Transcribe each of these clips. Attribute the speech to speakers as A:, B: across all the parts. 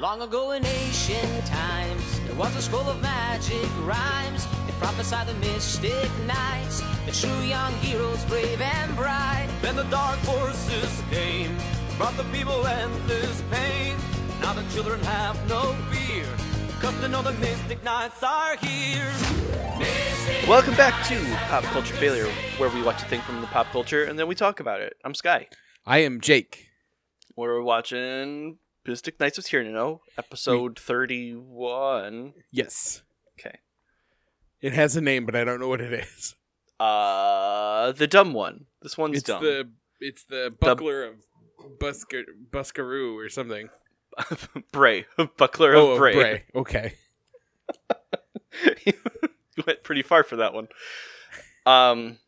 A: Long ago in ancient times, there was a scroll of magic rhymes that prophesied the mystic knights, the true young heroes, brave and bright.
B: Then the dark forces came, brought the people endless pain. Now the children have no fear, cause they know the mystic knights are here.
C: Welcome back to Pop Culture Failure, where we watch a thing from the pop culture and then we talk about it. I'm Sky.
D: I am Jake.
C: We're watching Mystic Knights of Tyranno, episode 31.
D: Yes.
C: Okay.
D: It has a name, but I don't know what it is.
C: Uh, the dumb one. This one's
D: It's
C: dumb.
D: the it's the buckler of Busker Buskaroo or something. Oh,
C: Bray. Buckler of
D: of
C: Bray.
D: Okay.
C: you went pretty far for that one. Um,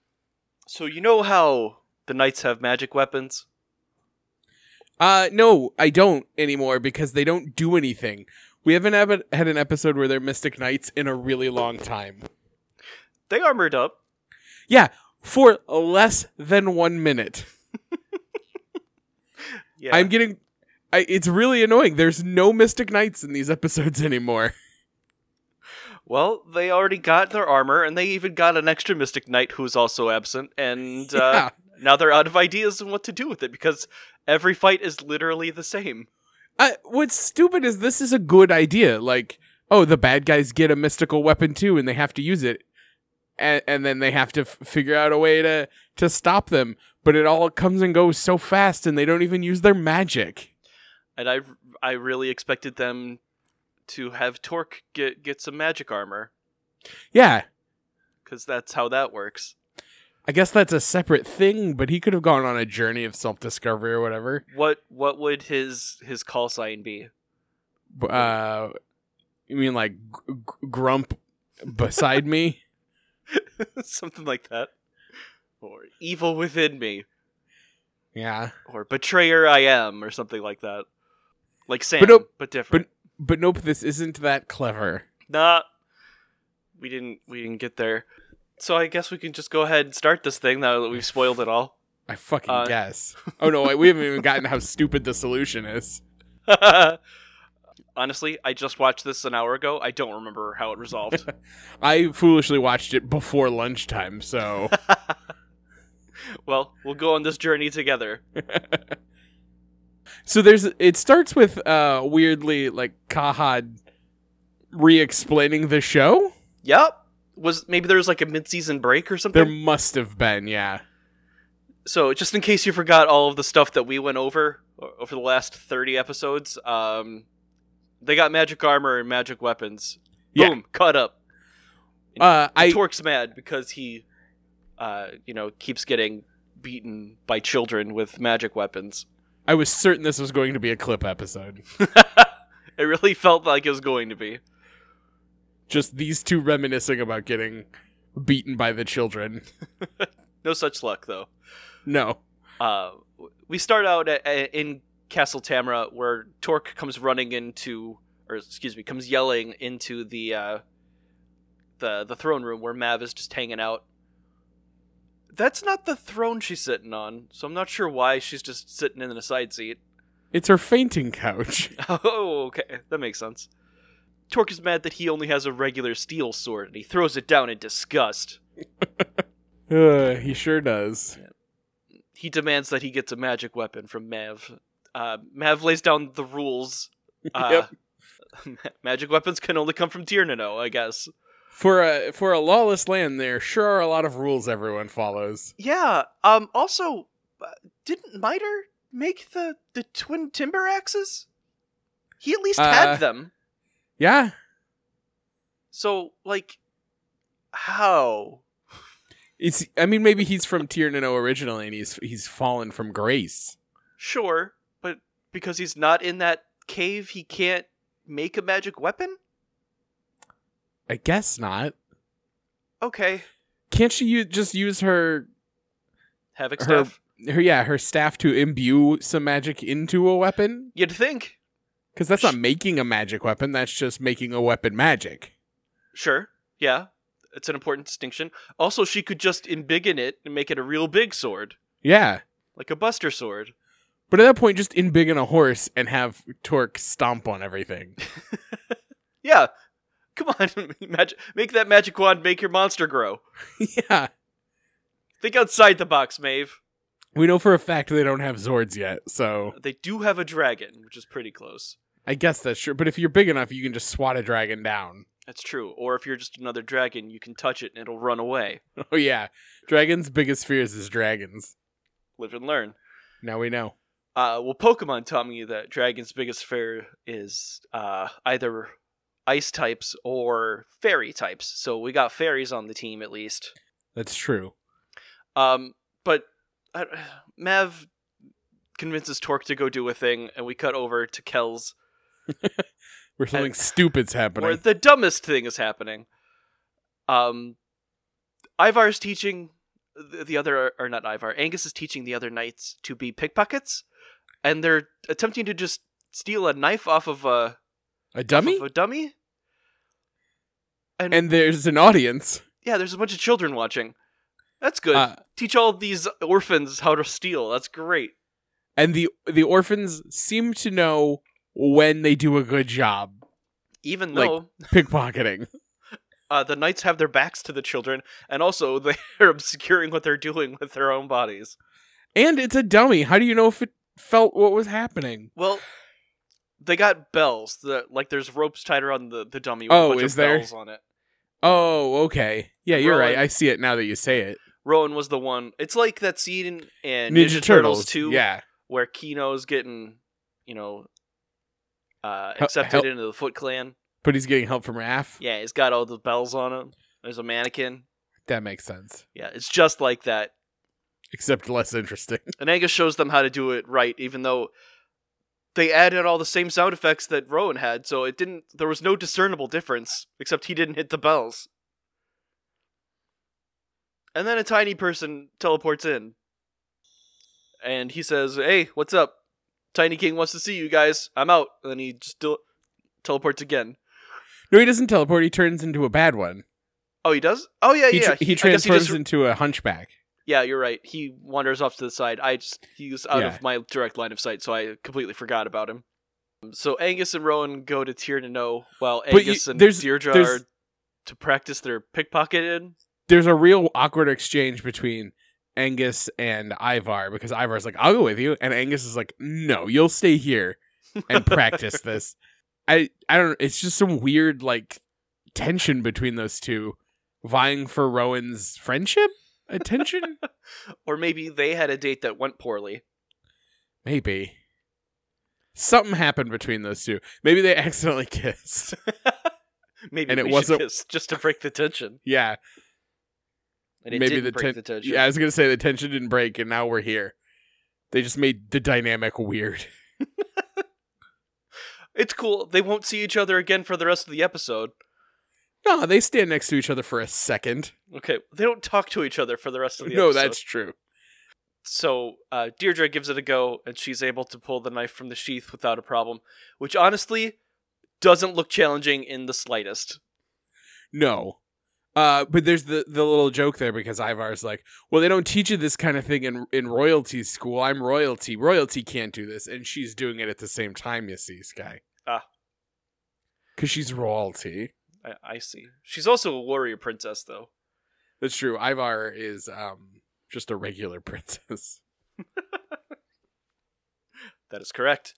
C: so you know how the knights have magic weapons?
D: Uh no, I don't anymore because they don't do anything. We haven't have- had an episode where they're Mystic Knights in a really long time.
C: They armored up.
D: Yeah, for less than 1 minute.
C: Yeah.
D: I'm getting I, it's really annoying. There's no Mystic Knights in these episodes anymore.
C: Well, they already got their armor, and they even got an extra Mystic Knight who's also absent, and uh,
D: Yeah.
C: now they're out of ideas on what to do with it because every fight is literally the same.
D: I, what's stupid is this is a good idea. Like, oh, the bad guys get a mystical weapon too, and they have to use it, and, and then they have to f- figure out a way to to stop them. But it all comes and goes so fast, and they don't even use their magic.
C: And I, I really expected them to have Torque get get some magic armor
D: Yeah,
C: because that's how that works.
D: I guess that's a separate thing. But he could have gone on a journey of self discovery or whatever.
C: What what would his his call sign be?
D: B- Uh, you mean like gr- gr- grump beside me?
C: Something like that, or evil within me,
D: Yeah.
C: or betrayer I am, or something like that. Like Sam, but,
D: nope.
C: different.
D: But nope, this isn't that clever.
C: Nah, we didn't. We didn't get there. So I guess we can just go ahead and start this thing now that we've spoiled it all.
D: I fucking
C: Uh,
D: guess. Oh no, wait, we haven't even gotten how stupid the solution is.
C: Honestly, I just watched this an hour ago. I don't remember how it resolved.
D: I foolishly watched it before lunchtime, so
C: well, we'll go on this journey together.
D: so there's it starts with uh weirdly like Kahad re-explaining the show.
C: Yep. Was maybe there was like a mid-season break or something?
D: There must have been, yeah.
C: so just in case you forgot all of the stuff that we went over o- over the last 30 episodes um they got magic armor and magic weapons
D: Yeah.
C: boom cut up
D: Uh I
C: torque's mad because he uh you know keeps getting beaten by children with magic weapons
D: I was certain this was going to be a clip episode.
C: it really felt like it was going to be
D: Just these two reminiscing about getting beaten by the children.
C: no such luck though
D: No.
C: uh, we start out at, at, in Castle Tamra, where Torque comes running into, or excuse me, comes yelling into the uh, the the throne room where Mav is just hanging out. That's not the throne she's sitting on, so I'm not sure why she's just sitting in a side seat.
D: It's her fainting couch.
C: Oh, okay, that makes sense. Torque is mad that he only has a regular steel sword, and he throws it down in disgust.
D: Uh, he sure does.
C: he demands that he gets a magic weapon from Mav. Uh, Mav lays down the rules. Uh, magic weapons can only come from Tyrannino, I guess.
D: For a for a lawless land, there sure are a lot of rules everyone follows.
C: Yeah. Um. Also, uh, didn't Miter make the the twin timber axes? He at least
D: Uh.
C: had them.
D: Yeah,
C: So, like, how?
D: it's. I mean, maybe he's from Tirnano originally, and he's he's fallen from grace.
C: Sure, but because he's not in that cave, he can't make a magic weapon.
D: I guess not.
C: Okay.
D: Can't she u- just use her
C: Havoc
D: Her-
C: staff.
D: her yeah her staff to imbue some magic into a weapon?
C: You'd think.
D: Because that's not making a magic weapon. That's just making a weapon magic.
C: Sure. Yeah. It's an important distinction. Also, she could just embiggen it and make it a real big sword,
D: Yeah,
C: like a buster sword.
D: But at that point, just in big on a horse and have Torque stomp on everything.
C: Yeah. Come on, magic, make that magic wand make your monster grow.
D: yeah.
C: Think outside the box, Maeve.
D: We know for a fact they don't have Zords yet, so
C: They do have a dragon, which is pretty close.
D: I guess that's true. But if you're big enough, you can just swat a dragon down.
C: That's true. Or if you're just another dragon, you can touch it and it'll run away.
D: Oh, yeah. Dragons' biggest fears is dragons.
C: Live and learn.
D: Now we know.
C: Uh, well, Pokemon taught me that Dragon's biggest fear is uh, either ice types or fairy types. So we got fairies on the team at least.
D: That's true.
C: Um, but I, Mav convinces Torque to go do a thing, and we cut over to Kel's,
D: Where something stupid's happening.
C: where the dumbest thing is happening. Um, Ivar's teaching the, the other, or not Ivar, Angus is teaching the other knights to be pickpockets, and they're attempting to just steal a knife off of a
D: a
C: off
D: dummy?
C: of a dummy. And,
D: and there's an audience.
C: yeah, there's a bunch of children watching. That's good.
D: Uh,
C: Teach all these orphans how to steal. That's great.
D: And the the orphans seem to know when they do a good job
C: Even
D: Like-
C: though
D: pickpocketing.
C: uh, the knights have their backs to the children, and also they're obscuring what they're doing with their own bodies.
D: and it's a dummy. How do you know if it felt what was happening?
C: Well, they got bells. The, like there's ropes tied around the, the dummy with
D: Oh,
C: a bunch
D: is
C: of
D: there?
C: bells on it.
D: Oh, okay. Yeah, you're
C: Rowan.
D: right. I see it now that you say it.
C: Rowan was the one. It's like that scene in, in
D: Ninja, Turtles,
C: too,
D: Yeah.
C: where Kino's getting, you know, uh,
D: Hel-
C: accepted
D: help.
C: into the Foot Clan.
D: But he's getting help from Raph.
C: Yeah, he's got all the bells on him. There's a mannequin.
D: That makes sense.
C: Yeah, it's just like that.
D: Except less interesting.
C: And Angus shows them how to do it right, even though they added all the same sound effects that Rowan had, so it didn't. There was no discernible difference, except he didn't hit the bells. And then a tiny person teleports in, and he says, "Hey, what's up? Tiny King wants to see you guys. I'm out." And then he just del- teleports again.
D: No, he doesn't teleport. He turns into a bad one.
C: Oh, he does. Oh yeah,
D: He,
C: yeah.
D: tr- he
C: I guess
D: transforms
C: just-
D: into a hunchback.
C: Yeah, you're right. He wanders off to the side. I just he was out
D: Yeah.
C: of my direct line of sight, so I completely forgot about him. So Angus and Rowan go to Tyr to know while
D: you-
C: Angus and
D: there's-
C: Deirdre
D: there's-
C: are to practice their pickpocketing.
D: There's a real awkward exchange between Angus and Ivar because Ivar's like, "I'll go with you," and Angus is like, "No, you'll stay here and practice this." I I don't. It's just some weird like tension between those two, vying for Rowan's friendship attention.
C: Or maybe they had a date that went poorly.
D: Maybe something happened between those two. Maybe they accidentally kissed.
C: Maybe
D: And it
C: we should
D: wasn't-
C: kiss just to break the tension.
D: yeah,
C: And it
D: Maybe
C: didn't
D: the
C: break
D: ten-
C: the tension.
D: Yeah, I was gonna say the tension didn't break, and now we're here. They just made the dynamic weird.
C: It's cool. They won't see each other again for the rest of the episode.
D: No, they stand next to each other for a second.
C: Okay, they don't talk to each other for the rest of Oh, the
D: no,
C: episode.
D: that's true.
C: so uh, Deirdre gives it a go, and she's able to pull the knife from the sheath without a problem, which honestly doesn't look challenging in the slightest.
D: No, uh, but there's the the little joke there because Ivar's like, "Well, they don't teach you this kind of thing in in royalty school. I'm royalty. Royalty can't do this," and she's doing it at the same time. You see, Sky.
C: Ah.
D: Because she's royalty.
C: I, I see. She's also a warrior princess, though.
D: That's true. Ivar is um just a regular princess.
C: That is correct.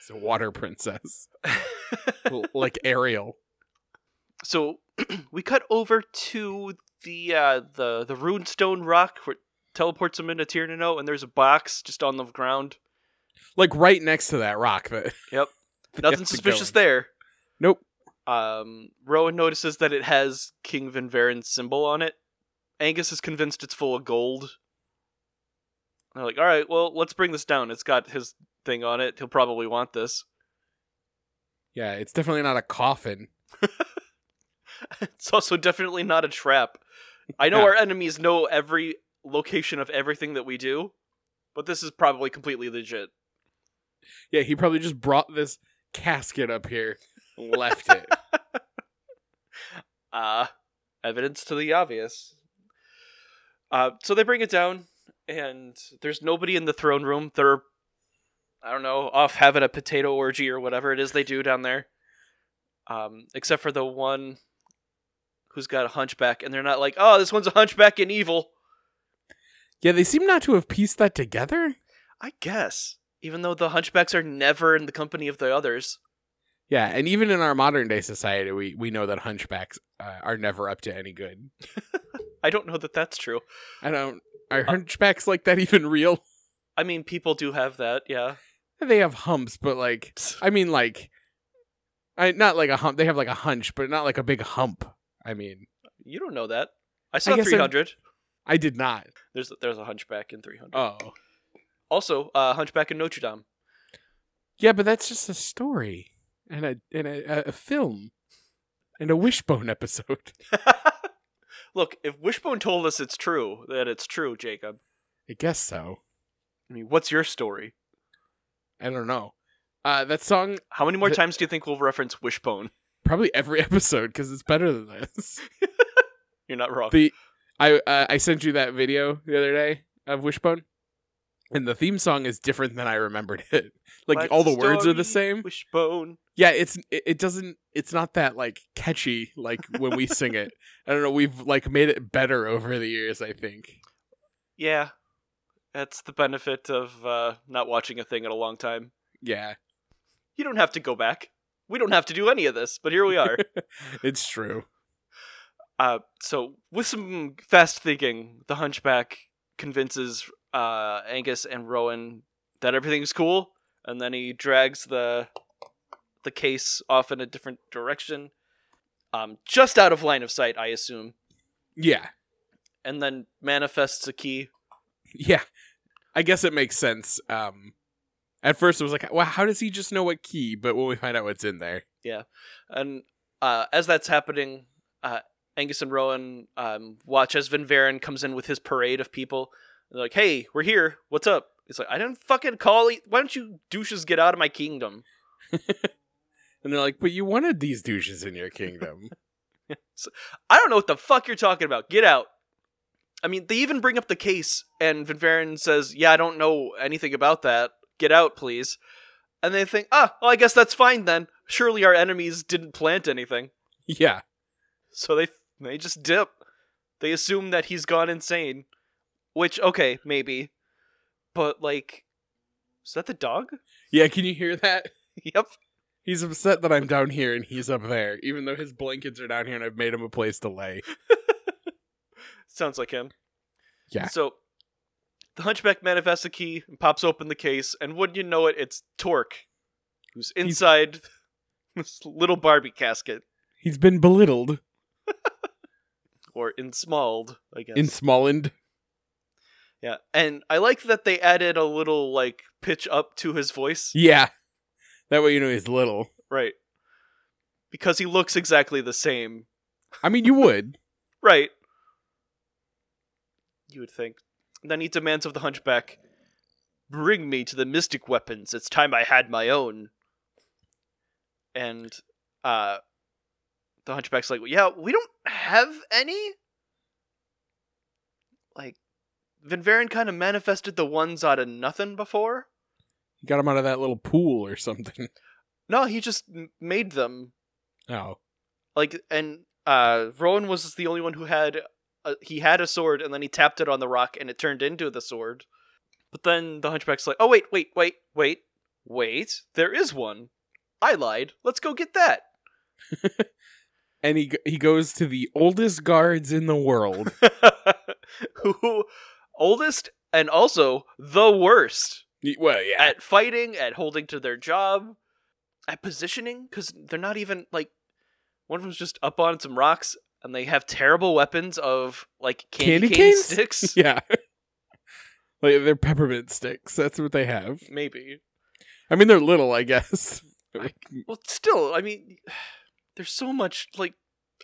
D: It's a water princess, L- like Ariel.
C: so we cut over to the uh, the the runestone rock, where it teleports him into Tirnano, and there's a box just on the ground.
D: like right next to that rock. That
C: Yep.
D: they
C: Nothing
D: have to
C: suspicious
D: go in.
C: there.
D: Nope.
C: Um, Rowan notices that it has King Vinvarin's symbol on it. Angus is convinced it's full of gold. And They're like, all right, well, let's bring this down. It's got his thing on it. He'll probably want this.
D: Yeah, it's definitely not a coffin.
C: It's also definitely not a trap. I know
D: Yeah.
C: our enemies know every location of everything that we do, but this is probably completely legit.
D: Yeah, he probably just brought this casket up here, and left it.
C: Uh, evidence to the obvious. Uh, so they bring it down, and there's nobody in the throne room. There are I don't know, off having a potato orgy or whatever it is they do down there. Um, except for the one who's got a hunchback, and they're not like, oh, this one's a hunchback and evil.
D: Yeah, they seem not to have pieced that together.
C: I guess, even though the hunchbacks are never in the company of the others.
D: Yeah, and even in our modern day society, we, we know that hunchbacks uh, are never up to any good.
C: I don't know that that's true.
D: I don't. Are
C: Uh,
D: hunchbacks like that even real?
C: I mean, people do have that, yeah.
D: They have humps, but like, I mean, like, I not like a hump. They have like a hunch, but not like a big hump. I mean,
C: You don't know that. I saw
D: guess I-
C: 300.
D: I did not.
C: There's there's a hunchback in 300.
D: Oh,
C: Also, uh, hunchback in Notre Dame.
D: yeah, but that's just a story and a and a, a- a film and a wishbone episode.
C: Look, if Wishbone told us it's true, that it's true, Jacob.
D: I guess so.
C: I mean, what's your story?
D: I don't know. Uh, that song
C: How many more
D: The-
C: times do you think we'll reference Wishbone?
D: probably every episode because it's better than this.
C: You're not wrong.
D: the I uh, I sent you that video the other day of Wishbone, and the theme song is different than I remembered it. Like
C: What's
D: all the words are
C: story,
D: the same.
C: Wishbone.
D: Yeah, it's it, it doesn't it's not that like catchy like when we sing it. I don't know. We've like made it better over the years. I think.
C: Yeah, that's the benefit of uh, not watching a thing in a long time.
D: Yeah,
C: You don't have to go back. We don't have to do any of this, but here we are.
D: it's true.
C: uh, so, with some fast thinking, the Hunchback convinces uh, Angus and Rowan that everything's cool, and then he drags the the case off in a different direction, um, just out of line of sight, I assume,
D: Yeah,
C: and then manifests a key.
D: yeah. I guess it makes sense. Um, at first it was like, well, how does he just know what key? But when we find out what's in there,
C: And uh, as that's happening, uh, Angus and Rowan um, watch as Vin Varen comes in with his parade of people. They're like, "Hey, we're here. What's up?" It's like, "I didn't fucking call. E- Why don't you douches get out of my kingdom?"
D: and they're like, but you wanted these douches in your kingdom.
C: I don't know what the fuck you're talking about. Get out. I mean, they even bring up the case, and Vin Varen says, "Yeah, I don't know anything about that. Get out, please." And they think, "Ah, well, I guess that's fine then. Surely our enemies didn't plant anything."
D: yeah.
C: So they they just dip. They assume that he's gone insane, which okay, maybe. But like is that the dog?
D: Yeah, can you hear that?
C: yep.
D: He's upset that I'm down here and he's up there, even though his blankets are down here and I've made him a place to lay.
C: Sounds like him.
D: Yeah.
C: So the hunchback manifests a key and pops open the case, and wouldn't you know it, it's Torque, who's inside this little Barbie casket.
D: He's been belittled,
C: Or insmalled, I guess.
D: ensmollened.
C: yeah. And I like that they added a little like pitch up to his voice.
D: Yeah. That way you know he's little.
C: Right. Because he looks exactly the same
D: I mean, you would.
C: Right. You would think. Then he demands of the hunchback, "Bring me to the mystic weapons. It's time I had my own." And uh the hunchback's like, "Yeah, we don't have any." Like Van Varen kind of manifested the ones out of nothing before.
D: You got him out of that little pool or something.
C: No, he just m- made them.
D: Oh.
C: Like and uh Rowan was the only one who had uh, he had a sword and then he tapped it on the rock and it turned into the sword. But then the hunchback's like, "Oh wait, wait, wait, wait. Wait, there is one. I lied. Let's go get that."
D: And he, g- he goes to the oldest guards in the world.
C: who oldest and also the worst
D: Y- well, yeah.
C: at fighting, at holding to their job, at positioning cuz they're not even like one of them's just up on some rocks and they have terrible weapons of like candy,
D: Candy
C: cane
D: canes?
C: sticks.
D: yeah. like, they're peppermint sticks. That's what they have.
C: Maybe.
D: I mean, they're little, I guess. Mm.
C: Well, still, I mean, there's so much like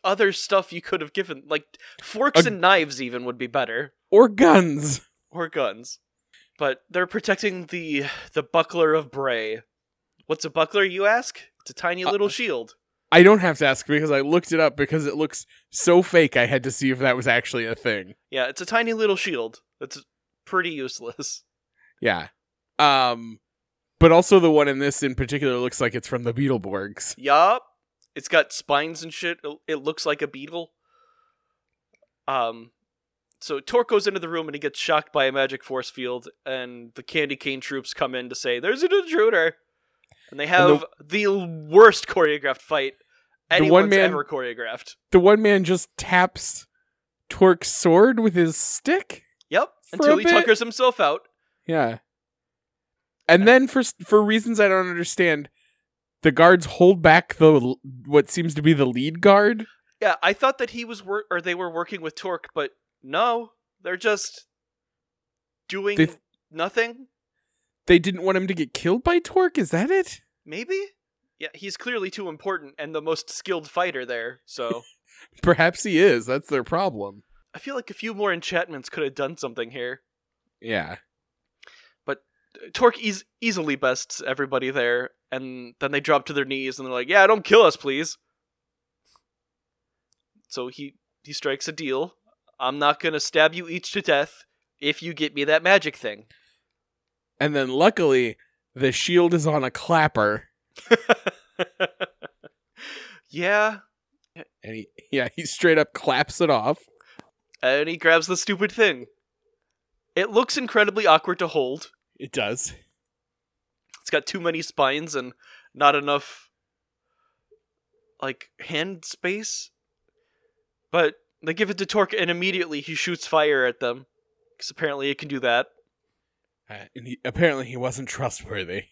C: other stuff you could have given, like forks
D: A-
C: and knives even would be better,
D: or guns.
C: or guns. But they're protecting the the buckler of Bray. What's a buckler, you ask? It's a tiny
D: Uh,
C: little shield.
D: I don't have to ask because I looked it up because it looks so fake. I had to see if that was actually a thing.
C: Yeah, it's a tiny little shield. That's pretty useless.
D: Yeah. Um, but also the one in this in particular looks like it's from the Beetleborgs.
C: Yup. It's got spines and shit. It- It looks like a beetle. Um, so Torque goes into the room and he gets shocked by a magic force field, and the candy cane troops come in to say, "There's an intruder," and they have
D: And
C: the, worst choreographed fight
D: The
C: anyone's
D: one man-
C: ever choreographed.
D: The one man just taps Torque's sword with his stick.
C: Yep,
D: For a
C: until he
D: bit-
C: tuckers himself out.
D: Yeah. And then for s- for reasons I don't understand, the guards hold back the l- what seems to be the lead guard.
C: Yeah, I thought that he was wor- or they were working with Torque, but no, they're just doing
D: They-
C: nothing.
D: They didn't want him to get killed by Torque. Is that it?
C: Maybe? Yeah, he's clearly too important and the most skilled fighter there, so
D: Perhaps he is. That's their problem.
C: I feel like a few more enchantments could have done something here.
D: Yeah.
C: Torque eas easily bests everybody there, and then they drop to their knees and they're like, "Yeah, don't kill us, please." So he he strikes a deal. I'm not gonna stab you each to death if you get me that magic thing.
D: And then luckily, the shield is on a clapper,
C: yeah,
D: and he yeah he straight up claps it off.
C: and he grabs the stupid thing. It looks incredibly awkward to hold.
D: It does.
C: It's got too many spines and not enough like hand space. But they give it to Torque and immediately he shoots fire at them cuz apparently it can do that.
D: Uh, and he, apparently, he wasn't trustworthy.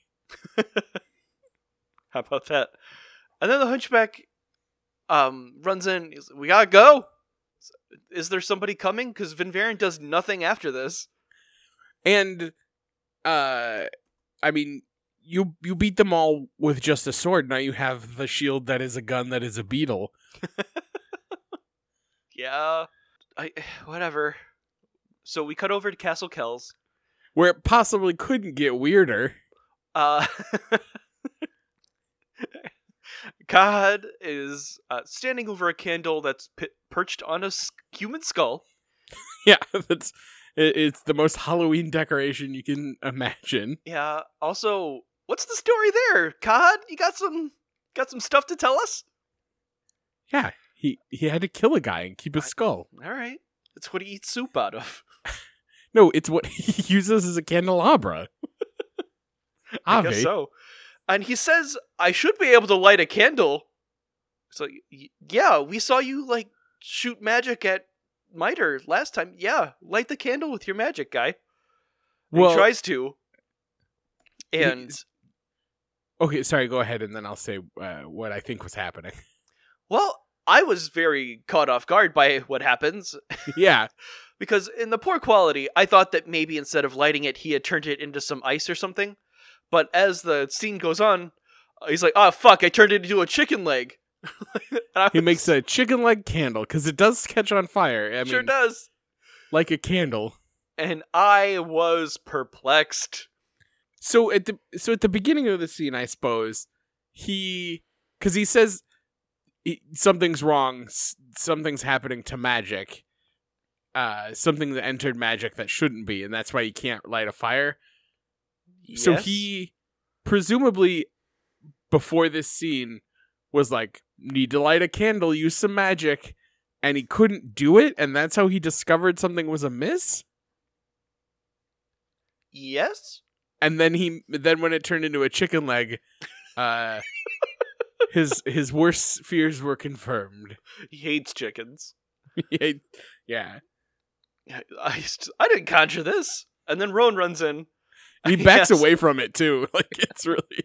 C: How about that? And then the hunchback um runs in, he's, "We got to go." Is there somebody coming cuz Vinvarian does nothing after this?
D: And uh I mean you you beat them all with just a sword. Now you have the shield that is a gun that is a beetle.
C: Yeah. I whatever. So we cut over to Castle Kells.
D: Where it possibly couldn't get weirder.
C: Uh, God is uh, standing over a candle that's pi perched on a s- human skull.
D: Yeah, that's it, it's the most Halloween decoration you can imagine.
C: Yeah. Also, what's the story there, God? You got some got some stuff to tell us?
D: Yeah, he he had to kill a guy and keep his
C: I-
D: skull.
C: All right. That's what he eats soup out of.
D: No, it's what he uses as a candelabra.
C: I
D: Ave.
C: guess so. And he says, "I should be able to light a candle." It's like, "Y- yeah, we saw you like shoot magic at Miter last time. Yeah, light the candle with your magic, guy.
D: Well,
C: he tries to,
D: He-
C: and
D: okay, sorry. Go ahead, and then I'll say uh, what I think was happening.
C: well, I was very caught off guard by what happens
D: yeah,
C: because in the poor quality, I thought that maybe instead of lighting it, he had turned it into some ice or something. But as the scene goes on, uh, he's like, "Oh fuck, I turned it into a chicken leg." and I
D: he
C: was-
D: makes a chicken leg candle because it does catch on fire. I
C: sure
D: mean,
C: does,
D: like a candle.
C: and I was perplexed.
D: So at the so at the beginning of the scene, I suppose he because he says he, something's wrong, s- something's happening to magic, uh, something that entered magic that shouldn't be, and that's why he can't light a fire. So
C: Yes?
D: he presumably before this scene was like need to light a candle, use some magic, and he couldn't do it, and that's how he discovered something was amiss.
C: yes,
D: and then he then when it turned into a chicken leg uh his his worst fears were confirmed
C: he hates chickens.
D: yeah, yeah.
C: I, I, I didn't conjure this. And then Roan runs in.
D: he backs
C: Yes.
D: away from it too like it's really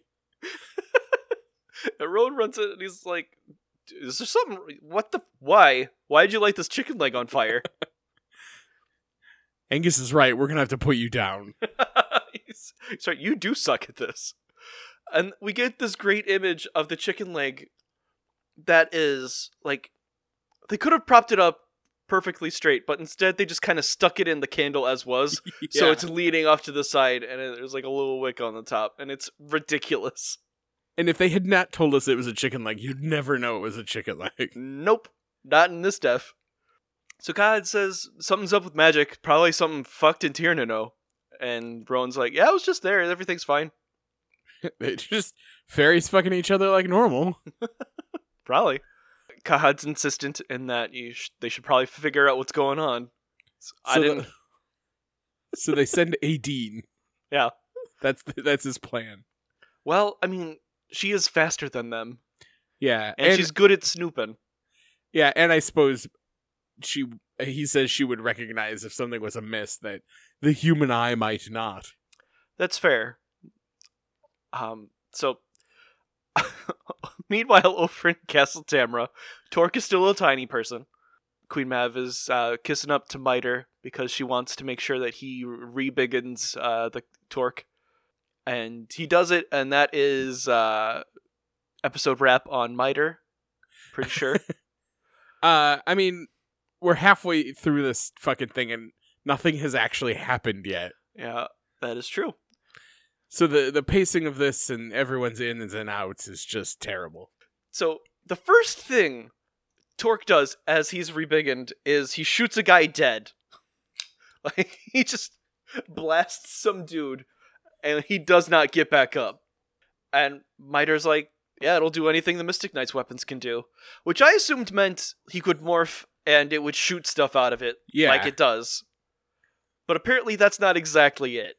C: And Rowan runs in and he's like, "Is there something? What the? Why? Why would you light this chicken leg on fire?"
D: angus is right we're gonna have to put you down
C: he's, he's like, "You do suck at this." And we get this great image of the chicken leg that is like they could have propped it up perfectly straight, but instead they just kind of stuck it in the candle as was, so
D: Yeah.
C: it's leaning off to the side, and it, there's like a little wick on the top, and it's ridiculous.
D: and if they had not told us it was a chicken leg you'd never know it was a chicken leg
C: Nope, not in this def. So God says something's up with magic, probably something fucked in Tirnano. And Rowan's like, yeah, I was just there, everything's fine.
D: they just fairies fucking each other like normal.
C: Probably. Kahad's insistent in that you sh- they should probably figure out what's going on. So I
D: So
C: didn't.
D: the- so they send a dean.
C: Yeah.
D: That's that's his plan.
C: Well, I mean, she is faster than them,
D: Yeah,
C: and, she's good at snooping.
D: yeah, and I suppose she he says she would recognize if something was amiss that the human eye might not.
C: That's fair. Um. So, meanwhile, over in Castle Tamra, Torque is still a tiny person. Queen Mav is uh, kissing up to Miter because she wants to make sure that he rebiggins uh, the Torque, and he does it. And that is uh, episode wrap on Miter. Pretty sure.
D: Uh, I mean, we're halfway through this fucking thing and nothing has actually happened yet.
C: yeah, that is true.
D: So the the pacing of this and everyone's ins and outs is just terrible.
C: So the first thing Torque does as he's rebiggened is he shoots a guy dead. Like he just blasts some dude and he does not get back up. And Miter's like, yeah, it'll do anything the Mystic Knight's weapons can do. Which I assumed meant he could morph and it would shoot stuff out of it
D: Yeah,
C: like it does. But apparently that's not exactly it.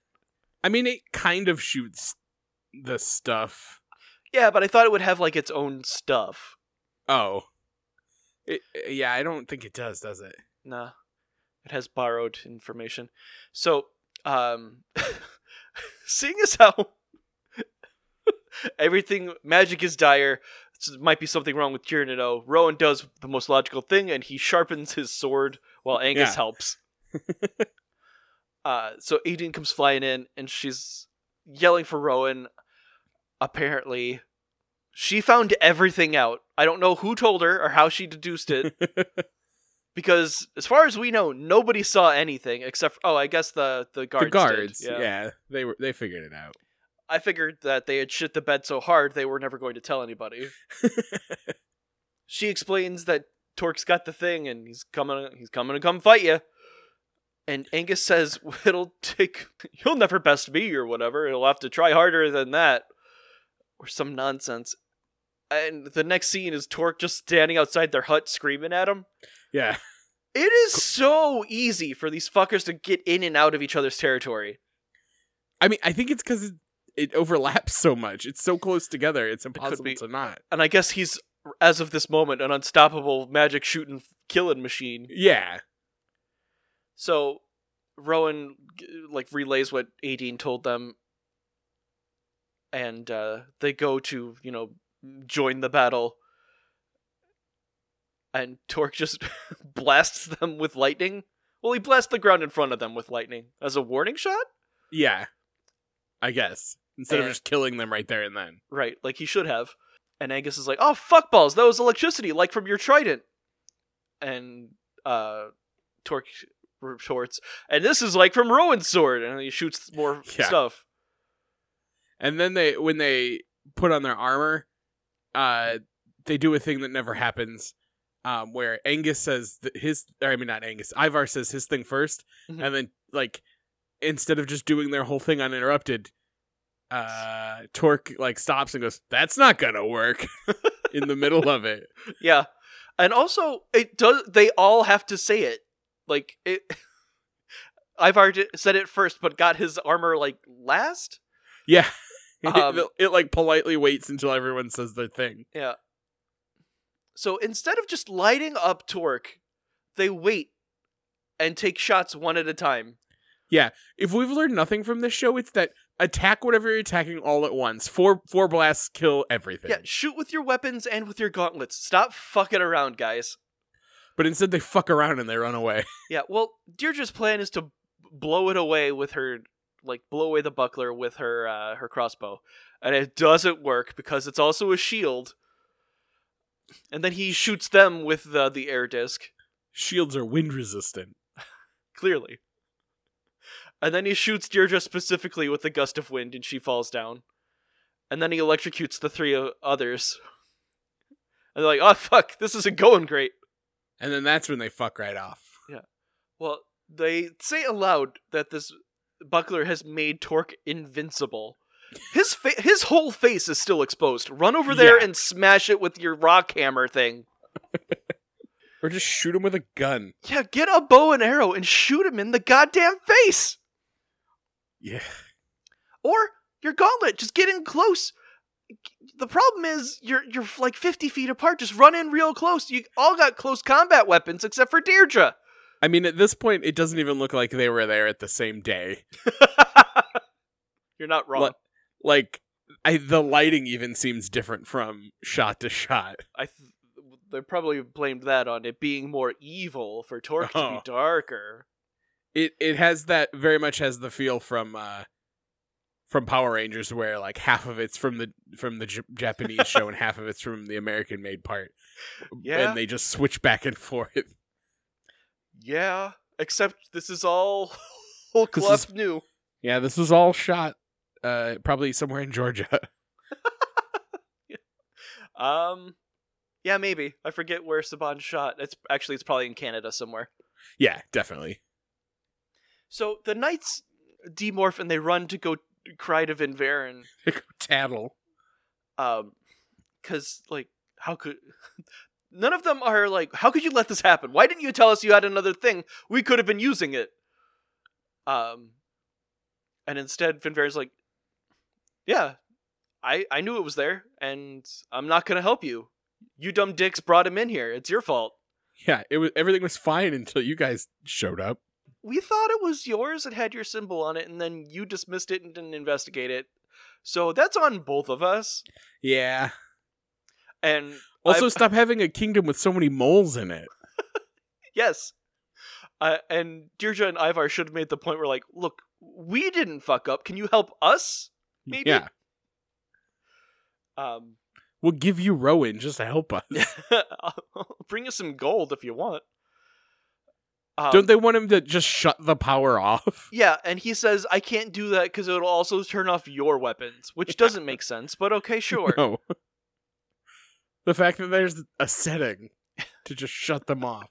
D: I mean, it kind of shoots the stuff.
C: Yeah, but I thought it would have like its own stuff.
D: Oh, it, yeah, I don't think it does, does it?
C: Nah. It has borrowed information. So, um seeing as how everything magic is dire, so there might be something wrong with Kirinido, Rowan does the most logical thing and he sharpens his sword while Angus
D: Yeah.
C: helps. uh so Aideen comes flying in and she's yelling for Rowan. Apparently, she found everything out. I don't know who told her or how she deduced it because as far as we know, nobody saw anything except for, oh, I guess the the guards.
D: the
C: did,
D: guards, yeah. they were they figured it out.
C: I figured that they had shit the bed so hard they were never going to tell anybody. she explains that Torque's got the thing and he's coming. He's coming to come fight you. And Angus says, "It'll take. You'll never best me or whatever. You'll have to try harder than that, or some nonsense." And the next scene is Torque just standing outside their hut screaming at him.
D: Yeah,
C: It is so easy for these fuckers to get in and out of each other's territory.
D: I mean, I think it's because it, it overlaps so much. It's so close together. It's impossible
C: be.
D: to not.
C: And I guess he's, as of this moment, an unstoppable magic shooting, killing machine.
D: Yeah,
C: So Rowan g- like relays what Aideen told them, and uh, they go to you know join the battle. And Torque just blasts them with lightning. Well, he blasts the ground in front of them with lightning as a warning shot.
D: yeah. I guess instead of
C: Eh.
D: just killing them right there and then.
C: Right, like he should have. And Angus is like, "Oh fuck balls, that was electricity, like from your trident." And uh, Torque retorts, "And this is like from Rowan's sword," and he shoots more
D: Yeah.
C: stuff.
D: And then they when they put on their armor, uh, they do a thing that never happens. Um, where Angus says th- his, or I mean not Angus, Ivar says his thing 1st
C: Mhm.
D: and then like instead of just doing their whole thing uninterrupted, uh, Torque like stops and goes, "That's not gonna work," in the middle of it.
C: Yeah, and also it does. They all have to say it. Like it, Ivar di- said it first, but got his armor like last.
D: Yeah,
C: Um,
D: it, it, like politely waits until everyone says their thing.
C: Yeah. So instead of just lighting up Torque, they wait and take shots one at a time.
D: If we've learned nothing from this show, it's that attack whatever you're attacking all at once. Four four blasts kill everything.
C: Yeah, shoot with your weapons and with your gauntlets. Stop fucking around, guys.
D: But instead, they fuck around and they run away.
C: Yeah, well, Deirdre's plan is to b- blow it away with her, like blow away the buckler with her uh, her crossbow, and it doesn't work because it's also a shield. And then he shoots them with the the air disc,
D: Shields are wind resistant.
C: clearly. And then he shoots Deirdre specifically with the gust of wind, and she falls down. And then he electrocutes the three o- others. And they're like, "Oh fuck, this isn't going great."
D: And then that's when they fuck right off.
C: Well, they say aloud that this buckler has made Torque invincible, His fa- his whole face is still exposed. Run over there
D: Yeah.
C: and smash it with your rock hammer thing.
D: Or just shoot him with a gun.
C: Yeah, get a bow and arrow and shoot him in the goddamn face.
D: Yeah.
C: or your gauntlet. Just get in close. The problem is you're you're like fifty feet apart. Just run in real close. You all got close combat weapons except for Deirdre.
D: I mean, at this point, it doesn't even look like they were there at the same day.
C: you're not wrong.
D: What? Like, I, the lighting even seems different from shot to shot.
C: I th- they probably blamed that on it being more evil for Torque to be
D: Oh.
C: darker.
D: It it has that very much has the feel from uh from Power Rangers, where like half of it's from the from the J- Japanese show and half of it's from the American made part.
C: Yeah.
D: and they just switch back and forth.
C: Yeah, except this is all whole
D: This
C: club
D: is-
C: new.
D: Yeah, this was all shot uh probably somewhere in Georgia.
C: Um, yeah, maybe I forget where Saban shot. It's actually it's probably in Canada somewhere.
D: yeah, definitely.
C: So the knights demorph and they run to go cry to Vinvaren.
D: Tattle.
C: Um, cause like how could none of them are like how could you let this happen? Why didn't you tell us you had another thing? We could have been using it. Um, and instead Vinvaren's like, yeah, I I knew it was there, and I'm not gonna help you. You dumb dicks brought him in here. It's your fault.
D: Yeah, it was everything was fine until you guys showed up.
C: we thought it was yours it had your symbol on it and then you dismissed it and didn't investigate it so that's on both of us
D: Yeah.
C: and
D: Also,
C: I've-
D: stop having a kingdom with so many moles in it.
C: yes uh, and Deirdre and Ivar should have made the point where like look we didn't fuck up can you help us Maybe.
D: Yeah,
C: um
D: we'll give you Rowan just to help us.
C: bring us some gold if you want um,
D: Don't they want him to just shut the power off?
C: yeah and he says i can't do that because it'll also turn off your weapons which doesn't make sense but okay sure
D: No. The fact that there's a setting to just shut them off.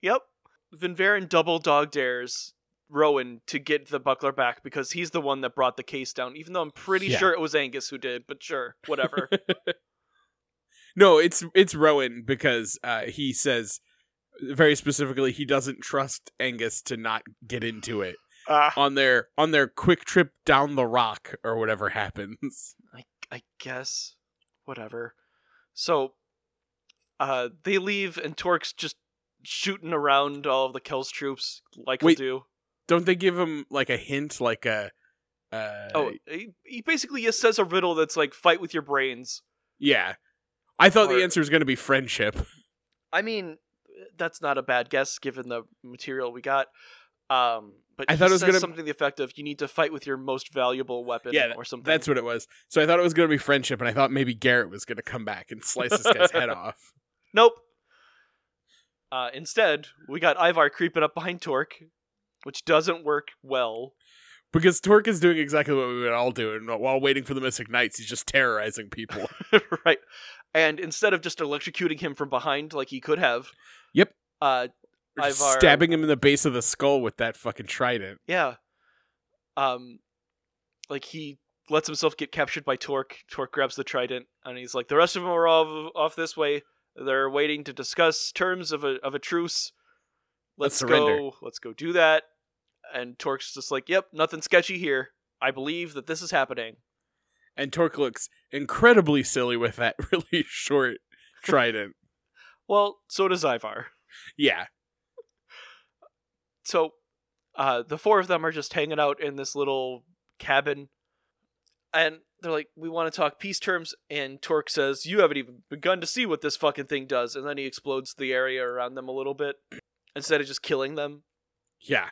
C: Yep. Vinvarin double dog dares Rowan to get the buckler back because he's the one that brought the case down, even though I'm pretty
D: Yeah.
C: sure it was Angus who did, but sure, whatever.
D: No, it's it's Rowan because uh, he says very specifically he doesn't trust Angus to not get into it
C: Ah,
D: on their on their quick trip down the rock or whatever happens.
C: I guess. Whatever. So uh they leave and Torque's just shooting around all of the Kells troops like he'll
D: Wait.
C: do.
D: Don't they give him like a hint, like a uh,
C: Oh, he, he basically just says a riddle that's like fight with your brains.
D: yeah? I thought
C: Or-
D: the answer was going to be friendship.
C: I mean, that's not a bad guess given the material we got. Um, but I thought it was
D: gonna-
C: something to the effect of you need to fight with your most valuable weapon
D: Yeah, that-
C: or something.
D: That's what it was. So I thought it was going to be friendship, and I thought maybe Garrett was going to come back and slice this guy's head off.
C: nope. Uh, instead, we got Ivar creeping up behind Torque, which doesn't work well.
D: Because Torque is doing exactly what we would all do, and while waiting for the Mystic Knights, he's just terrorizing people.
C: right. And instead of just electrocuting him from behind like he could have.
D: Yep.
C: Uh,
D: Or just
C: Ivar-
D: stabbing him in the base of the skull with that fucking trident.
C: Yeah. Um like he lets himself get captured by Torque. Torque grabs the trident and he's like the rest of them are off, off this way. They're waiting to discuss terms of a of a truce. Let's
D: Let's surrender."
C: go. Let's go do that. And Torque's just like, "Yep, nothing sketchy here. I believe that this is happening."
D: And Torque looks incredibly silly with that really short trident.
C: Well, so does Ivar.
D: Yeah.
C: so uh, the four of them are just hanging out in this little cabin and they're like we want to talk peace terms and torque says you haven't even begun to see what this fucking thing does and then he explodes the area around them a little bit instead of just killing them
D: Yeah.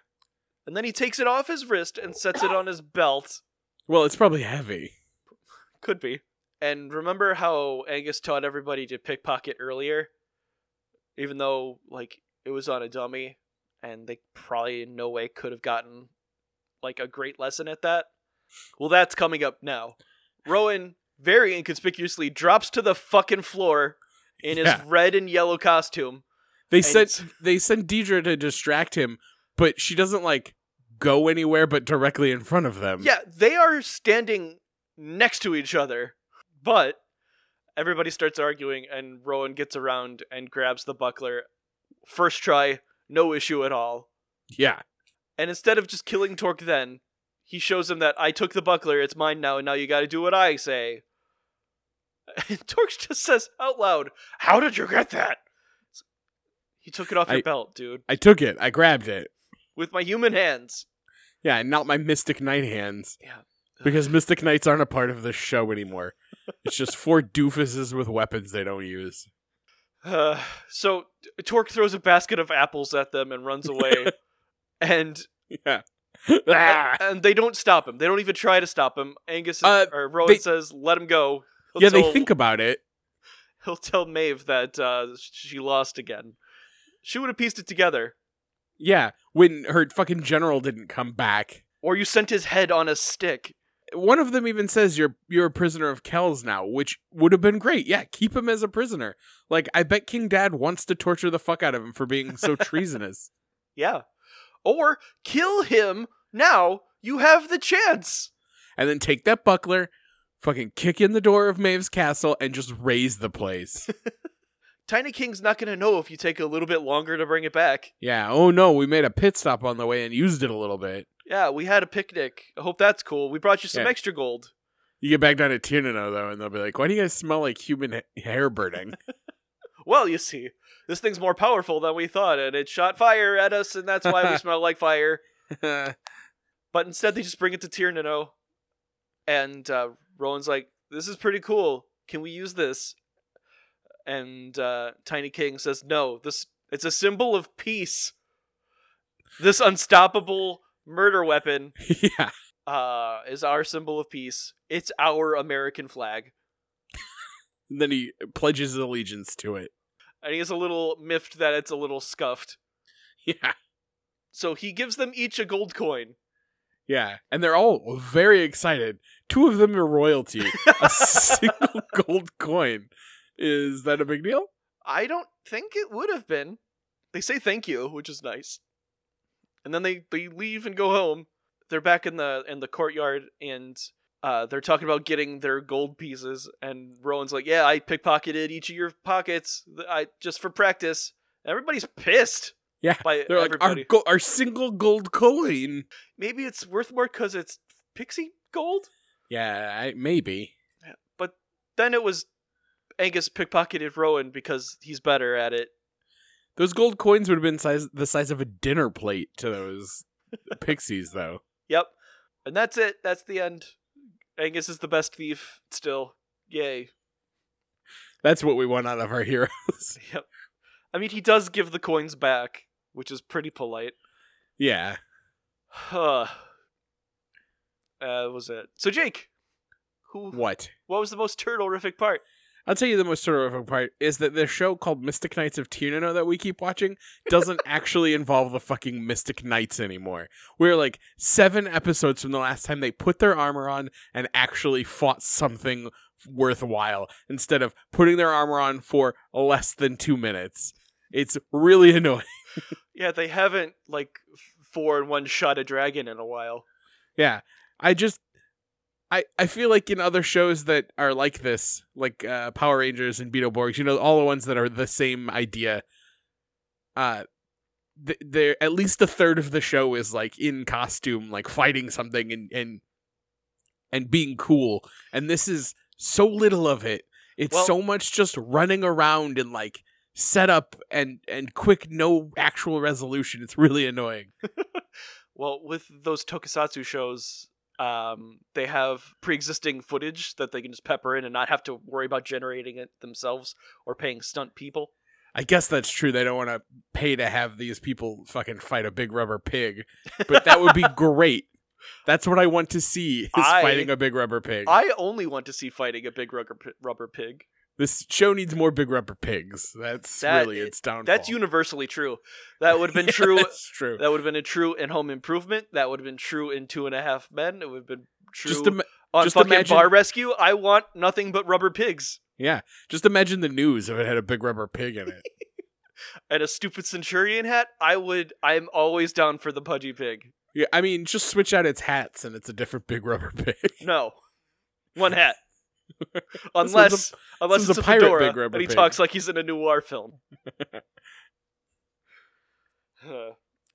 C: and then he takes it off his wrist and sets it on his belt
D: Well, it's probably heavy.
C: could be and remember how angus taught everybody to pickpocket earlier even though like it was on a dummy and they probably in no way could have gotten like a great lesson at that well that's coming up now rowan very inconspicuously drops to the fucking floor in his
D: Yeah.
C: red and yellow costume
D: They
C: And-
D: sent they sent Deidre to distract him, but she doesn't like go anywhere but directly in front of them.
C: Yeah, they are standing next to each other, but everybody starts arguing, and Rowan gets around and grabs the buckler. First try, no issue at all.
D: Yeah.
C: And instead of just killing Torque then, he shows him that I took the buckler, it's mine now, and now you gotta do what I say. And Torque just says out loud, How did you get that? It's- He took it off your
D: I-
C: belt, dude,
D: I took it. I grabbed it.
C: with my human hands.
D: Yeah, and not my Mystic Knight hands.
C: Yeah.
D: Because Mystic Knights aren't a part of this show anymore. It's just four doofuses with weapons they don't use.
C: Uh, so Torque throws a basket of apples at them and runs away. and
D: Ah!
C: and they don't stop him. They don't even try to stop him. Angus
D: Uh,
C: or Rowan
D: they-
C: says, "Let him go." He'll
D: Yeah, they
C: tell-
D: think about it.
C: he'll tell Maeve that uh, she lost again. She would have pieced it together.
D: Yeah, when her fucking general didn't come back.
C: Or you sent his head on a stick.
D: One of them even says you're you're a prisoner of Kells now, which would have been great. Yeah, keep him as a prisoner. Like I bet King Dad wants to torture the fuck out of him for being so treasonous.
C: Yeah. Or kill him now. You have the chance.
D: and then take that buckler, fucking kick in the door of Maeve's castle, and just raise the place.
C: Tiny King's not going to know if you take a little bit longer to bring it back.
D: yeah. Oh no, we made a pit stop on the way and used it a little bit.
C: Yeah, we had a picnic. I hope that's cool. We brought you some
D: Yeah.
C: extra gold.
D: You get back down to Tirnano though, and they'll be like, "Why do you guys smell like human ha- hair burning?"
C: Well, you see, this thing's more powerful than we thought, and it shot fire at us, and that's why we smell like fire. But instead, they just bring it to Tirnano, and uh, Rowan's like, "This is pretty cool. Can we use this?" And uh, Tiny King says, "No. This it's a symbol of peace. This unstoppable murder weapon
D: yeah.
C: uh, is our symbol of peace. It's our American flag."
D: And then he pledges allegiance to it.
C: And he's a little miffed that it's a little scuffed.
D: Yeah.
C: So he gives them each a gold coin.
D: Yeah. And they're all very excited. Two of them are royalty. a single gold coin. Is that a big deal?
C: I don't think it would have been. They say thank you, which is nice. And then they, they leave and go home. They're back in the in the courtyard and uh, they're talking about getting their gold pieces and Rowan's like, "Yeah, I pickpocketed each of your pockets. th- I just for practice." Everybody's pissed.
D: Yeah,
C: By
D: They're like our
C: everybody.
D: go- our single gold coin.
C: Maybe it's worth more cuz it's pixie gold?
D: Yeah, I, maybe.
C: Then it was Angus pickpocketed Rowan because he's better at it.
D: Those gold coins would have been size the size of a dinner plate to those pixies, though.
C: Yep. And that's it. That's the end. Angus is the best thief still. Yay.
D: That's what we want out of our heroes.
C: Yep. I mean, he does give the coins back, which is pretty polite.
D: yeah.
C: Huh. Uh, that was it. So Jake, who?
D: What?
C: What was the most turtlerific part?
D: I'll tell you the most terrifying part is that the show called Mystic Knights of Tirnano that we keep watching doesn't actually involve the fucking Mystic Knights anymore. We're like seven episodes from the last time they put their armor on and actually fought something worthwhile instead of putting their armor on for less than two minutes. It's really annoying.
C: Yeah, they haven't like f- four in one shot a dragon in a while.
D: Yeah. I just I I feel like in other shows that are like this, like uh Power Rangers and Beetleborgs, you know, all the ones that are the same idea, uh th- they're at least a third of the show is like in costume, like fighting something and and and being cool. And this is so little of it. It's
C: Well-
D: so much just running around and like setup and and quick no actual resolution. It's really annoying.
C: Well, with those tokusatsu shows, um, they have pre-existing footage that they can just pepper in and not have to worry about generating it themselves or paying stunt people.
D: I guess that's true. They don't want to pay to have these people fucking fight a big rubber pig, but that would be great. That's what I want to see is
C: I-
D: fighting a big rubber pig.
C: I only want to see fighting a big rubber, pi- rubber pig.
D: this show needs more big rubber pigs. That's
C: That
D: really
C: i-
D: its downfall.
C: That's universally true. That would have been true.
D: That's true.
C: That would have been a true in Home Improvement. That would have been true in Two and a Half Men. It would have been true
D: just ima-
C: on
D: just
C: fucking
D: imagine-
C: Bar Rescue. I want nothing but rubber pigs
D: yeah, just imagine the news if it had a big rubber pig in it.
C: and a stupid centurion hat. I would. I'm always down for the pudgy pig.
D: Yeah, I mean, just switch out its hats and it's a different big rubber pig.
C: No, one hat.
D: one's
C: unless unless
D: one's
C: it's
D: a
C: a,
D: pirate
C: fedora,
D: Big Rubber
C: and he
D: Pig.
C: talks like he's in a noir film. Huh.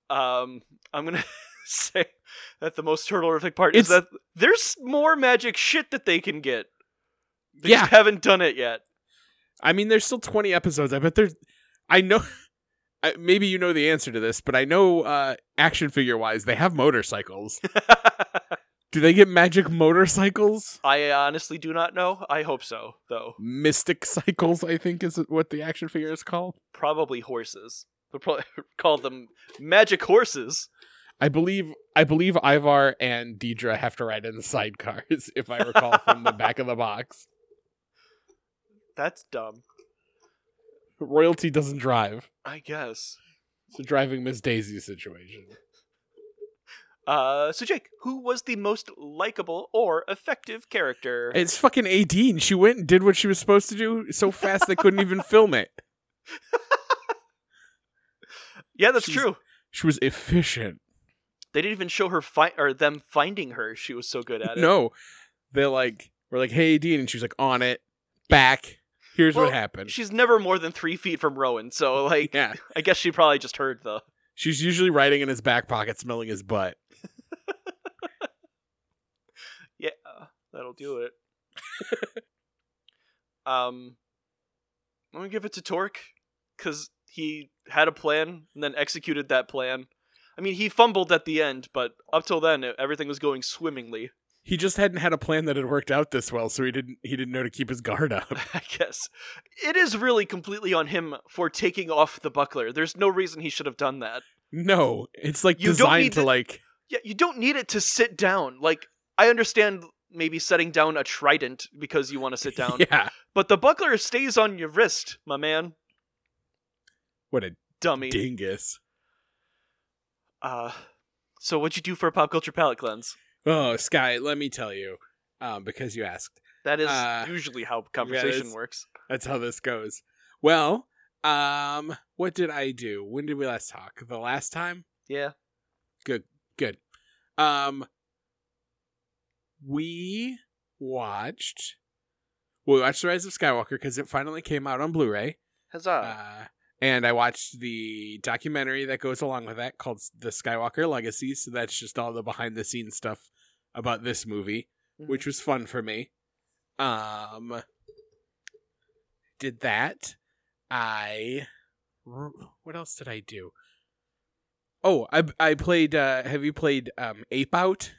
C: um, I'm gonna say that the most turtlerific part is
D: It's-
C: that there's more magic shit that they can get. They
D: yeah,
C: just haven't done it yet.
D: I mean, there's still 20 episodes. I bet there's. I know. I, maybe you know the answer to this, but I know uh, action figure wise, they have motorcycles. Do they get magic motorcycles?
C: I honestly do not know. I hope so, though.
D: Mystic cycles, I think, is what the action figure is called.
C: Probably horses. They'll probably call them magic horses.
D: I believe I believe Ivar and Deidre have to ride in the sidecars, if I recall from the back of the box.
C: That's dumb.
D: Royalty doesn't drive.
C: I guess.
D: It's a driving Miss Daisy situation.
C: Uh, so Jake, who was the most likable or effective character?
D: It's fucking Adine. She went and did what she was supposed to do so fast they couldn't even film it.
C: yeah, that's
D: she's-
C: true.
D: She was efficient.
C: They didn't even show her fi- or them finding her. She was so good at it.
D: No, they're like, we're like, hey, Adine, and she was like, on it, back. Here's
C: Well,
D: what happened.
C: she's never more than three feet from Rowan, so like,
D: yeah,
C: I guess she probably just heard the.
D: she's usually writing in his back pocket, smelling his butt.
C: Yeah, uh, that'll do it. um, I'm gonna give it to Torque because he had a plan and then executed that plan. I mean, he fumbled at the end, but up till then, e-, everything was going swimmingly.
D: He just hadn't had a plan that had worked out this well, so he didn't he didn't know to keep his guard up.
C: I guess it is really completely on him for taking off the buckler. There's no reason he should have done that.
D: No, it's like
C: You don't need
D: designed to
C: to-
D: like
C: Yeah, you don't need it to sit down. Like I understand maybe setting down a trident because you want to sit down,
D: yeah.
C: but the buckler stays on your wrist, my man.
D: What a
C: Dummy.
D: dingus.
C: Uh, so what'd you do for a pop culture palate cleanse?
D: Oh, Sky, let me tell you, um, because you asked.
C: That is
D: Uh,
C: usually how conversation
D: it's-
C: works.
D: That's how this goes. Well, um, what did I do? When did we last talk? The last time?
C: Yeah.
D: Good. Um, we watched. We watched The Rise of Skywalker because it finally came out on Blu-ray.
C: Huzzah.
D: Uh, and I watched the documentary that goes along with that called The Skywalker Legacy. So that's just all the behind the scenes stuff about this movie,
C: Mhm.
D: which was fun for me. Um, did that. I. What else did I do? Oh, I I played. Uh, have you played um, Ape Out?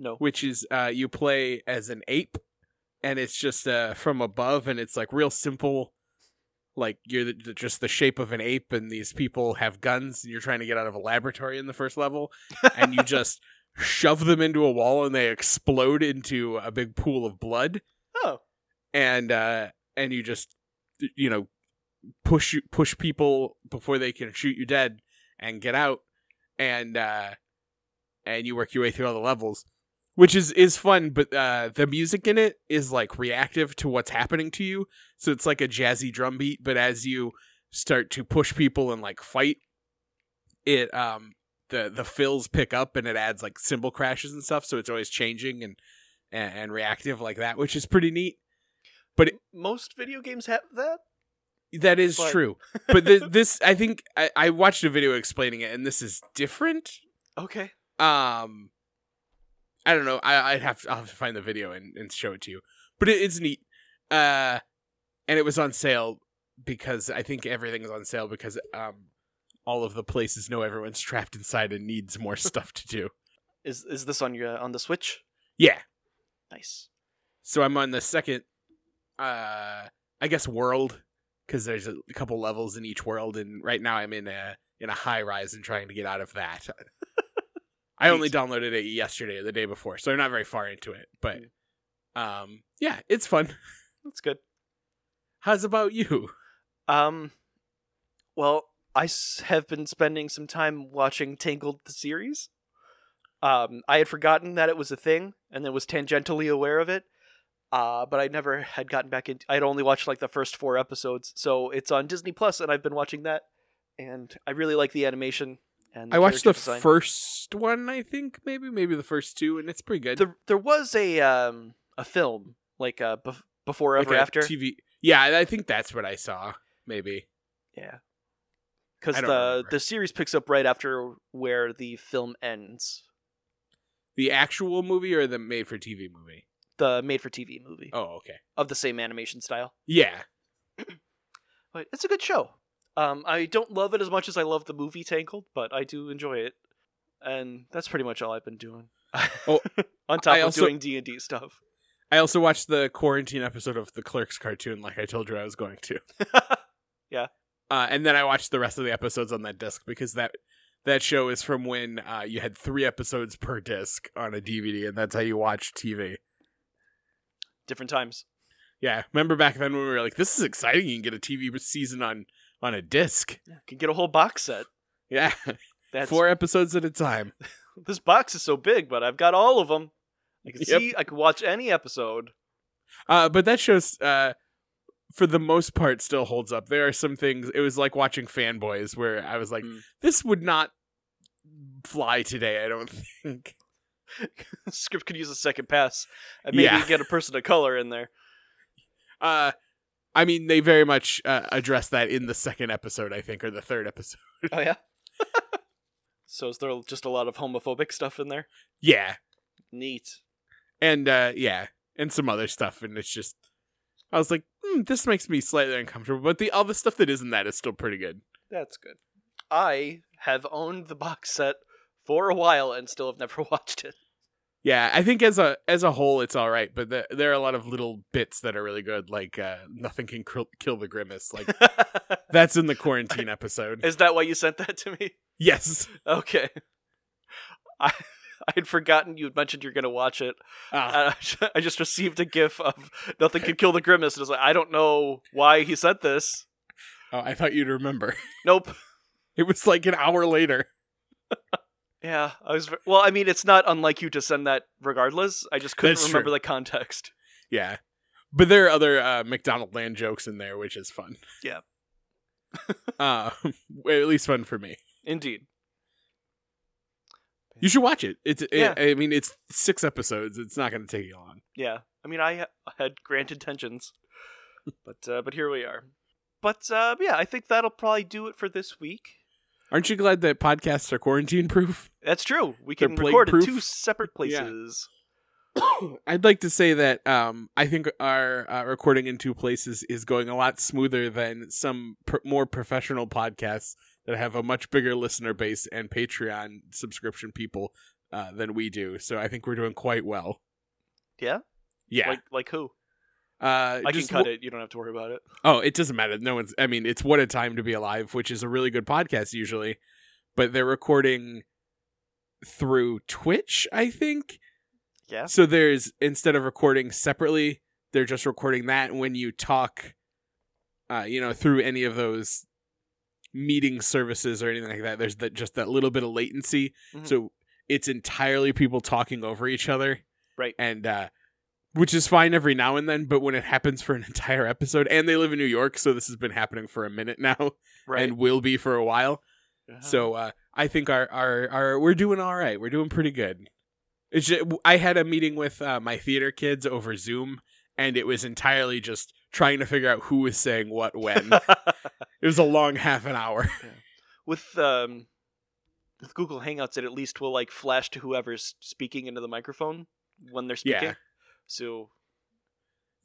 C: no.
D: which is uh, you play as an ape, and it's just uh, from above, and it's like real simple. Like you're the, the- just the shape of an ape, and these people have guns, and you're trying to get out of a laboratory in the first level, and you just shove them into a wall, and they explode into a big pool of blood,
C: Oh.
D: and uh, and you just you know push push people before they can shoot you dead and get out, and uh, and you work your way through all the levels which is is fun but uh the music in it is like reactive to what's happening to you so it's like a jazzy drum beat but as you start to push people and like fight it um the the fills pick up and it adds like cymbal crashes and stuff so it's always changing and and, and reactive like that which is pretty neat
C: Most video games have that?
D: that is
C: But-
D: true but thi- this i think I, I watched a video explaining it and this is different
C: Okay.
D: um i don't know i i'd have to, i'll have to find the video and, and show it to you but it, it's neat uh and it was on sale because i think everything's on sale because um all of the places know everyone's trapped inside and needs more stuff to do
C: Is is this on your on the Switch?
D: yeah
C: Nice.
D: so i'm on the second uh i guess world because there's a couple levels in each world and right now i'm in a in a high rise and trying to get out of that i only downloaded it yesterday or the day before so i'm not very far into it but um yeah it's fun
C: That's good.
D: how's about
C: Mm,
D: you
C: Um, well, I s- have been spending some time watching Tangled the series. Um, I had forgotten that it was a thing, and then was tangentially aware of it. Uh, but I never had gotten back into. I had only watched like the first four episodes, so it's on Disney Plus, and I've been watching that. And I really like the animation. And
D: I watched the
C: character design.
D: first one, I think maybe maybe the first two, and it's pretty good.
C: There, there was a um a film like uh bef- before
D: Like
C: ever
D: a
C: after.
D: TV. Yeah, I think that's what I saw. Maybe.
C: Yeah. Because
D: I
C: the
D: don't remember.
C: the series picks up right after where the film ends,
D: The actual movie or the made for TV movie?
C: the made for TV movie
D: Oh, okay.
C: of the same animation style.
D: Yeah.
C: But it's a good show. Um, I don't love it as much as I love the movie Tangled, but I do enjoy it, and that's pretty much all I've been doing.
D: Oh,
C: on top
D: I
C: of
D: also-
C: doing D and D stuff.
D: I also watched the quarantine episode of the Clerks cartoon, like I told you I was going to.
C: Yeah.
D: Uh, and then I watched the rest of the episodes on that disc because that that show is from when uh, you had three episodes per disc on a DVD, and that's how you watch TV.
C: Different times.
D: Yeah, remember back then when we were like, "This is exciting! You can get a TV season on on a disc."
C: Yeah, can get a whole box set.
D: Yeah,
C: That's
D: four episodes at a time.
C: this box is so big, but I've got all of them. I can
D: Yep.
C: see. I can watch any episode.
D: Uh, but that show's uh, for the most part still holds up. There are some things. It was like watching Fanboys, where I was like,
C: Mm.
D: "This would not fly today." I don't think.
C: Script could use a second pass, and maybe
D: Yeah.
C: get a person of color in there.
D: Uh, I mean, they very much uh, address that in the second episode, I think, or the third episode.
C: Oh yeah. so is there just a lot of homophobic stuff in there?
D: Yeah,
C: Neat.
D: and uh, yeah, and some other stuff, and it's just. I was like, hmm, this makes me slightly uncomfortable, but the all the stuff that isn't that is still pretty good.
C: That's good. I have owned the box set for a while and still have never watched it.
D: Yeah, I think as a as a whole, it's all right, but the, there are a lot of little bits that are really good, like uh, nothing can cr- kill the grimace. Like that's in the quarantine episode.
C: is that why you sent that to me?
D: yes,
C: Okay. I I had forgotten you had mentioned you're gonna watch it.
D: uh,
C: And I- I just received a gif of nothing can kill the grimace, and I was like, I don't know why he sent this.
D: oh, I thought you'd remember.
C: Nope.
D: It was like an hour later.
C: Yeah, I was. ver- Well, I mean, it's not unlike you to send that regardless. I just couldn't
D: That's
C: remember
D: true.
C: the context.
D: Yeah, but there are other uh, McDonald Land jokes in there, which is fun.
C: Yeah.
D: uh, at least fun for me.
C: Indeed.
D: You should watch it. It's it,
C: Yeah.
D: I mean, it's six episodes. It's not going to take you long.
C: Yeah, I mean, I ha- had grand intentions, but uh, but here we are. But uh, yeah, I think that'll probably do it for this week.
D: Aren't you glad that podcasts are quarantine proof?
C: That's true. We
D: They're
C: can record in
D: plague-proof.
C: two separate
D: Yeah.
C: places.
D: I'd like to say that um, I think our uh, recording in two places is going a lot smoother than some pr- more professional podcasts that have a much bigger listener base and Patreon subscription people uh, than we do. So I think we're doing quite well.
C: Yeah?
D: Yeah.
C: Like like who?
D: uh,
C: I can
D: just
C: cut
D: wh-
C: it. You don't have to worry about it.
D: Oh, it doesn't matter. No one's. I mean, it's what a time to be alive, which is a really good podcast usually, but they're recording through Twitch, I think.
C: Yeah.
D: So there's instead of recording separately, they're just recording that and when you talk uh you know through any of those meeting services or anything like that there's that just that little bit of latency.
C: Mhm.
D: So it's entirely people talking over each other.
C: Right.
D: And uh which is fine every now and then, but when it happens for an entire episode and they live in New York, so this has been happening for a minute now
C: Right. Uh-huh.
D: and will be for a while.
C: Yeah.
D: So uh, I think our, our our we're doing all right. We're doing pretty good. It's just, I had a meeting with uh, my theater kids over Zoom, and it was entirely just trying to figure out who was saying what when. it was a long half an hour.
C: Uh-huh. with um with Google Hangouts, it at least will like flash to whoever's speaking into the microphone when they're
D: Yeah.
C: speaking. So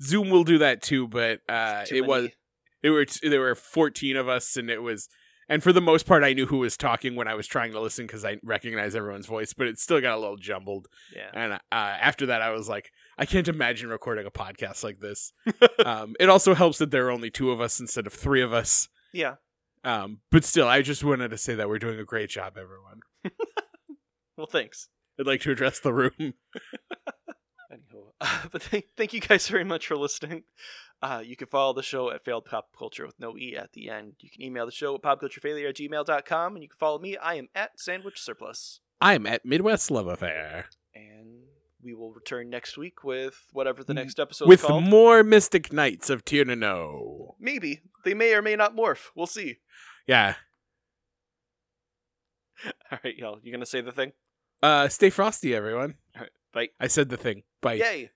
D: Zoom will do that too, but uh,
C: too
D: it was
C: many-
D: it were there were fourteen of us, and it was. And for the most part, I knew who was talking when I was trying to listen because I recognized everyone's voice, but it still got a little jumbled.
C: yeah.
D: And uh, after that, I was like, I can't imagine recording a podcast like this. um, it also helps that there are only two of us instead of three of us.
C: Yeah.
D: Um, but still, I just wanted to say that we're doing a great job, everyone.
C: Well, thanks.
D: I'd like to address the room.
C: Anyhow, uh, but thank, thank you guys very much for listening. Uh, you can follow the show at Failed Pop Culture with no E at the end. You can email the show at popculturefailure at gmail.com, and you can follow me. I am at Sandwich Surplus.
D: I'm at Midwest Love Affair
C: And we will return next week with whatever the next episode
D: Mm, with
C: is called.
D: more Mystic Knights of Tirnano.
C: Maybe. They may or may not morph. We'll see.
D: Yeah.
C: All right, y'all. You gonna say the thing?
D: Uh, stay frosty, everyone.
C: All right, bye.
D: I said the thing. Bye.
C: Yay.